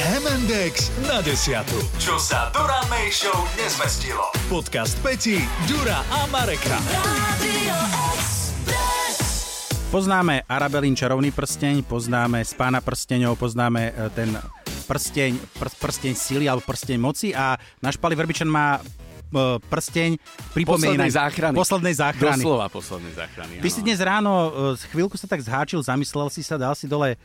Index na desiatu. Čo sa Dura May Show nezmestilo. Podcast Peti, Dura a Mareka. Poznáme Arabelín čarovný prsteň, poznáme z pána prsteňov, poznáme e, ten prsteň, pr- prsteň sily alebo prsteň moci a náš Pali Verbičan má e, prsteň pripomienený. Poslednej záchrany. Poslednej záchrany. Doslova poslednej záchrany. Ty si dnes ráno e, chvíľku sa tak zháčil, zamyslel si sa, dal si dole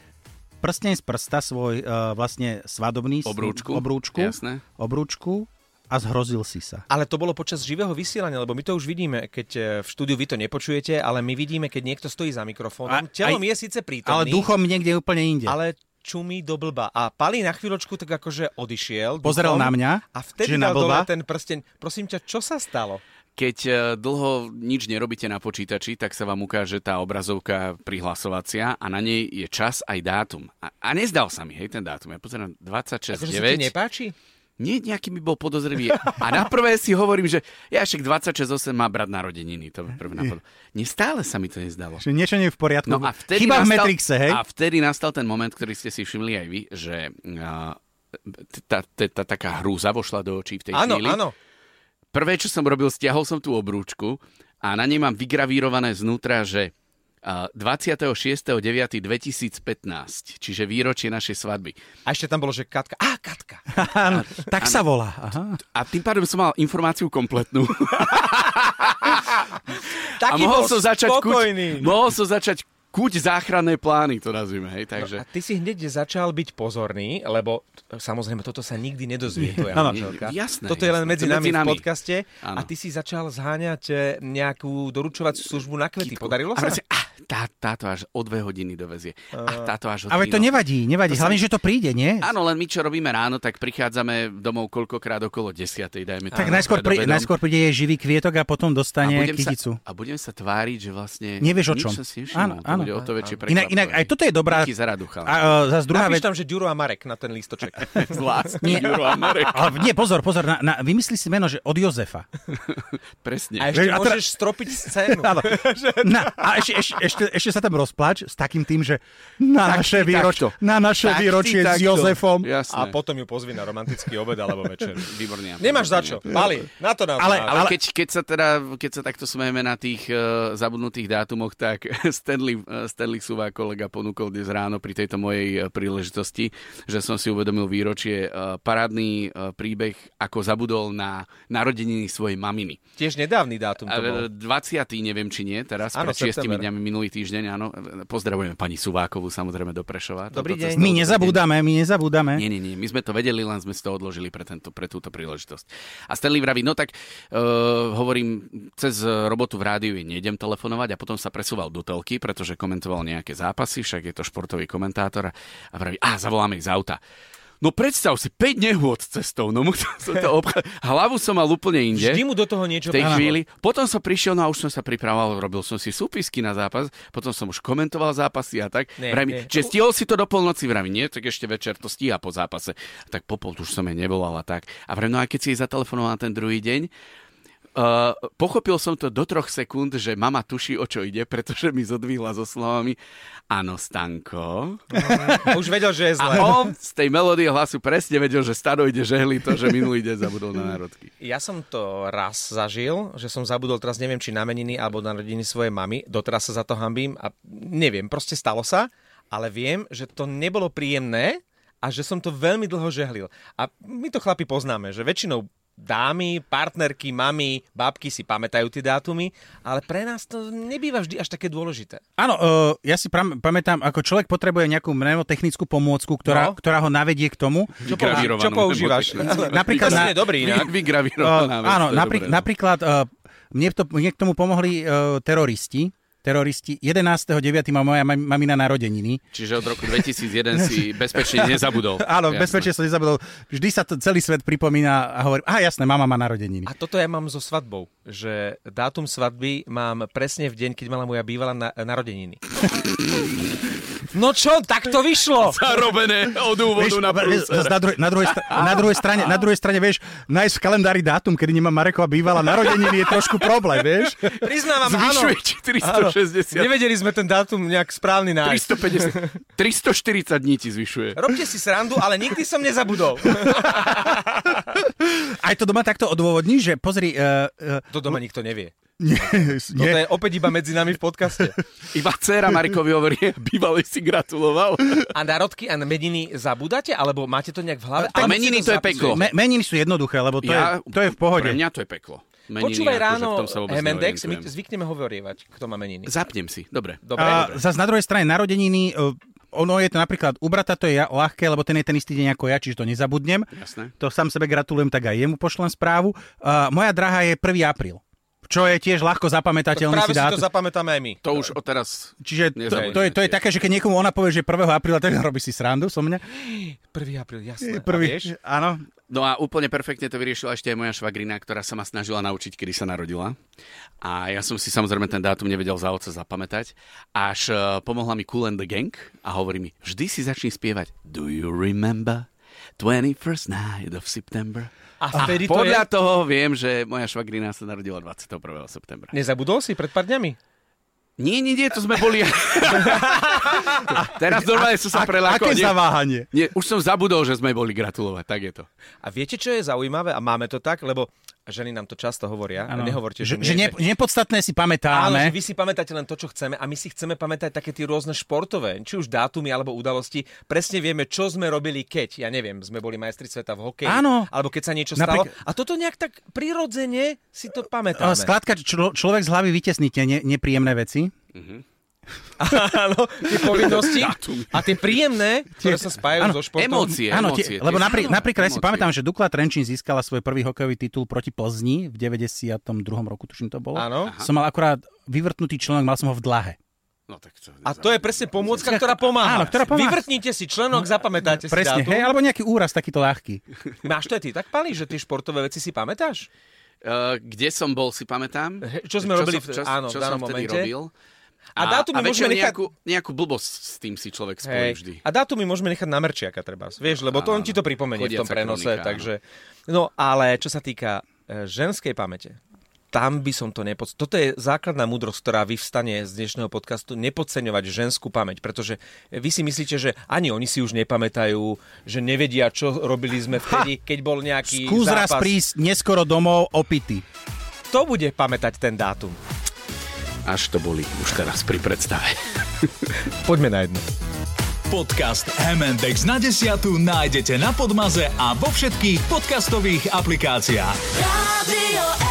prsteň z prsta svoj e, vlastne svadobný s- Obrúčku. obrúčku, Jasné. obrúčku a zhrozil si sa. Ale to bolo počas živého vysielania, lebo my to už vidíme, keď eh, v štúdiu vy to nepočujete, ale my vidíme, keď niekto stojí za A- mikrofónom. Telom aj- je síce prítomný, Ale duchom niekde úplne inde. ale čumí do blba. A Pali na chvíľočku tak akože odišiel. Pozrel duchom na mňa, A vtedy čiže na dal dole blba. ten prsteň. Prosím ťa, čo sa stalo? Keď e, dlho nič nerobíte na počítači, tak sa vám ukáže tá obrazovka prihlasovacia a na nej je čas aj dátum. A, a nezdal sa mi, hej, ten dátum. Ja pozerám Akože sa ti 26.9. nepáči? Nie, nejaký mi bol podozrivý. A na prvé si hovorím, že ja však 26.8 má brat narodeniny. To mi prvé napadlo. Nestále sa mi to nezdalo. Čiže niečo nie je v poriadku. No a vtedy Chyba nastal, v Matrixe, hej? A vtedy nastal ten moment, ktorý ste si všimli aj vy, že uh, tá, tá, tá taká hrúza vošla do očí v tej Áno, chvíli. áno. Prvé, čo som robil, stiahol som tú obrúčku a na nej mám vygravírované znútra, že uh, 26.9.2015, čiže výročie našej svadby. A ešte tam bolo, že Katka. Á, Katka. Áno, tak sa volá. Aha. A tým pádom som mal informáciu kompletnú. a Taký mohol bol som začať spokojný. Kuť, mohol som začať kuť záchranné plány, to nazvime, hej, takže... A ty si hneď začal byť pozorný, lebo t- samozrejme toto sa nikdy nedozvie tvoja Áno. manželka. Jasné, toto je No len jasné, medzi to je nami, medzi v nami. podcaste a Áno. ty si začal zháňať e, nejakú doručovaciu službu na kvety. Podarilo A sa? proste, ah, tá, táto až o dve hodiny dovezie. Ah, táto až o Ale tri, to no. nevadí, nevadí. To sa- Hlavne, že to príde, nie? Áno, len my, čo robíme ráno, tak prichádzame domov koľkokrát okolo desiatej, dajme Tak tomu, najskôr, pred pri, obedom. najskôr príde jej živý kvietok a potom a dostane budem, sa, kyticu. a budem sa tváriť, že vlastne... Nevieš o nič čom. som si nevšimol, Áno, to áno. bude o to väčšie Inak, inak aj toto je dobrá... Díky za radu, A, chalani. e, zás druhá Napíš vec... tam, že Ďuro a Marek na ten lístoček. S láskou, Nie. Juro a Marek. Ale nie, pozor, pozor, na, na, vymyslí si meno, že od Jozefa. Presne. A A ešte teraz- teda- môžeš stropiť scénu. Áno. Na, a ešte, ešte, ešte, ešte sa tam rozplač s takým tým, že na naše, výroč, takto. na naše Tak ty výročie s takto. Jozefom. Jasné. A potom ju pozvi na romantický obed alebo večer. Výborný. Nemáš za čo. Pali, na to nám Ale- máš. Ale, ale keď, keď, sa teda, keď sa takto smejeme na tých uh, zabudnutých dátumoch, tak Stanley, uh, Stanley Suva kolega ponúkol dnes ráno pri tejto mojej uh, príležitosti, že som si uvedomil výročie uh, parádny uh, príbeh, ako zabudol na narodeniny svojej maminy. Tiež nedávny dátum to bol. A, e, 20. neviem, či nie, teraz, Áno, pred šiestimi september. dňami minulý týždeň, áno. E, Pozdravujeme pani Suvákovú, samozrejme, do Prešova. Dobrý Touto deň. cestou- My nezabúdame, my nezabúdame. nie, nie, nie, my sme to vedeli, len sme si to odložili pre, tento, pre túto príležitosť. A Stanley vraví, no tak uh, hovorím, cez eh, robotu v rádiu jej nejdem telefonovať a potom sa presúval do telky, pretože komentoval nejaké zápasy, však je to športový komentátor a, a vraví, a zavoláme ich z auta. No predstav si, 5 nehôd cestou, no musel som to obchádzať. Hlavu som mal úplne inde Vždy mu do toho niečo v tej prišlo. chvíli. Potom som prišiel, no a už som sa pripravoval, robil som si súpisky na zápas, potom som už komentoval zápasy a tak. Nie, Vraj mi, nie. že stihol si to do polnoci, vrami, nie, tak ešte večer to stíha po zápase. Tak popol už som jej nevolal a tak. A vrem, no a keď si jej zatelefonoval na ten druhý deň, Uh, pochopil som to do troch sekúnd, že mama tuší, o čo ide, pretože mi zodvihla so slovami Áno, Stanko. Už vedel, že je A zle. on z tej melódie hlasu presne vedel, že Stano ide žehli to, že minulý deň zabudol na národky. Ja som to raz zažil, že som zabudol teraz neviem, či na meniny alebo na rodiny svojej mamy. Doteraz sa za to hambím a neviem, proste stalo sa, ale viem, že to nebolo príjemné a že som to veľmi dlho žehlil. A my to chlapi poznáme, že väčšinou dámy, partnerky, mami, babky si pamätajú tie dátumy, ale pre nás to nebýva vždy až také dôležité. Áno, uh, ja si pram, pamätám, ako človek potrebuje nejakú mnemotechnickú pomôcku, ktorá, no. No. ktorá ho navedie k tomu. Čo, použí- čo používaš? Napríklad To na- je dobrý inak. Eh, Vygravírovaná vec, áno, to je napri- dobré, no. napríklad uh, mne, to, mne k tomu pomohli uh, teroristi. Teroristi. 11.9. má moja mam- mamina narodeniny. Čiže od roku 2001 si bezpečne nezabudol. Áno, Jasné. bezpečne som nezabudol. Vždy sa to celý svet pripomína a hovorí, a jasné, mama má narodeniny. A toto ja mám so svadbou, že dátum svadby mám presne v deň, keď mala moja bývalá na, narodeniny. No čo, tak to vyšlo? Zarobené od úvodu na vieš, prúser. zas na, druhej, na, druhej, str- na, druhej strane, na druhej strane, vieš, nájsť v kalendári dátum, kedy nemá Marekova bývala narodeniny, je trošku problém, vieš? Priznávam, áno. Zvyšuje 404 360. Nevedeli sme ten dátum nejak správny nájsť. 350. 340 dní ti zvyšuje. Robte si srandu, ale nikdy som nezabudol. Aj to doma takto odôvodní, že pozri... Uh, uh, To doma nikto nevie. nie, No Toto nie, je opäť iba medzi nami v podcaste. Iba dcera Markovi hovorí, bývalý si gratuloval. A národky a meniny zabudáte? Alebo máte to nejak v hlave? Tak Alebo si meniny to je zapisujete? peklo. me, meniny sú jednoduché, lebo to, Ja- je, to je v pohode. eh, Pre mňa to je peklo. Meniny, Počúvaj akože ráno v tom sa vôbec Hemendex, my neorientujem. zvykneme hovorievať, kto má meniny. Zapnem si, dobre. Dobre, A dobre. zase na druhej strane narodeniny, eh, ono je to napríklad u brata, to je ja- ľahké, lebo ten je ten istý deň ako ja, čiže to nezabudnem. Jasné. To sám sebe gratulujem, tak aj jemu pošlem správu. A moja drahá je 1. apríl, čo je tiež ľahko zapamätateľný Práve si si to dátum. zapamätáme aj my. To už od teraz... Čiže to, Nezabudneme to, je, to je tiež. také, že keď niekomu ona povie, že 1. apríla, tak robí si srandu so mňa. 1. apríl, jasné. Prvý, A vieš, áno. No a úplne perfektne to vyriešila ešte aj moja švagrina, ktorá sa ma snažila naučiť, kedy sa narodila. A ja som si samozrejme ten dátum nevedel za oca zapamätať. Až eh, pomohla mi Cool and the Gang a hovorí mi, vždy si začni spievať Do you remember 21st night of September? a vtedy to je... Podľa toho viem, že moja švagrina sa narodila 21. septembra. Nezabudol si pred pár dňami? Nie, nie, nie, to sme boli... Teraz normálne som sa Aké prelákol. Nie, zaváhanie? nie, už som zabudol, že sme boli gratulovať, tak je to. A viete, čo je zaujímavé? A máme to tak, lebo ženy nám to často hovoria. Ano. Nehovorte, že, že, nie, že ne, nepodstatné si Áno, že pamätáme. vy si pamätáte len to, čo chceme a my si chceme pamätať také tie rôzne športové, či už dátumy alebo udalosti. Presne vieme, čo sme robili keď. Ja neviem, sme boli majstri sveta v hokeji. Áno. Alebo keď sa niečo Napríklad- stalo. A toto nejak tak prirodzene si to Eh, pamätáme. Skladka, člo, človek z hlavy vytesní tie ne, nepríjemné veci. Áno, tie povinnosti Dátumy. a tie príjemné, ktoré sa spájajú áno, so športom. emócie. emócie lebo tiež. napri, Áno, napríklad ja si emócie. pamätám, že Dukla Trenčín získala svoj prvý hokejový titul proti Plzni v 92. roku, tuším to bolo. Áno. Som mal akurát vyvrtnutý článok, mal som ho v dlahe. No, tak to A to je presne pomôcka, ktorá pomáha. Áno, ktorá pomáha. Vyvrtnite si členok, zapamätáte si Presne, dátum. hej, alebo nejaký úraz takýto ľahký. Máš to aj ty tak, Pali, že tie športové veci si pamätáš? Eh, kde som bol, si pamätám. He- čo sme robili som- v- čo, áno, v čo danom som vtedy momente. robil. A a dátumy väčšinou môžeme nechať- nejakú, nejakú blbosť s tým si človek spojí vždy. A dátumy môžeme nechať na merčiaka, treba. Vieš, lebo to on Áno. ti to pripomenie v tom Chodiaca prenose, kronika, áno. takže... No, ale čo sa týka e, ženskej pamäte, tam by som to nepoc... Toto je základná múdrosť, ktorá vyvstane z dnešného podcastu, nepodceňovať ženskú pamäť, pretože vy si myslíte, že ani oni si už nepamätajú, že nevedia, čo robili sme vtedy, keď bol nejaký Skús raz zápas. prísť neskoro domov opity. To bude pamätať ten dátum. Až to boli už teraz pri predstave. Poďme na jednu. Podcast M&X na desiatu nájdete na Podmaze a vo všetkých podcastových aplikáciách. Radio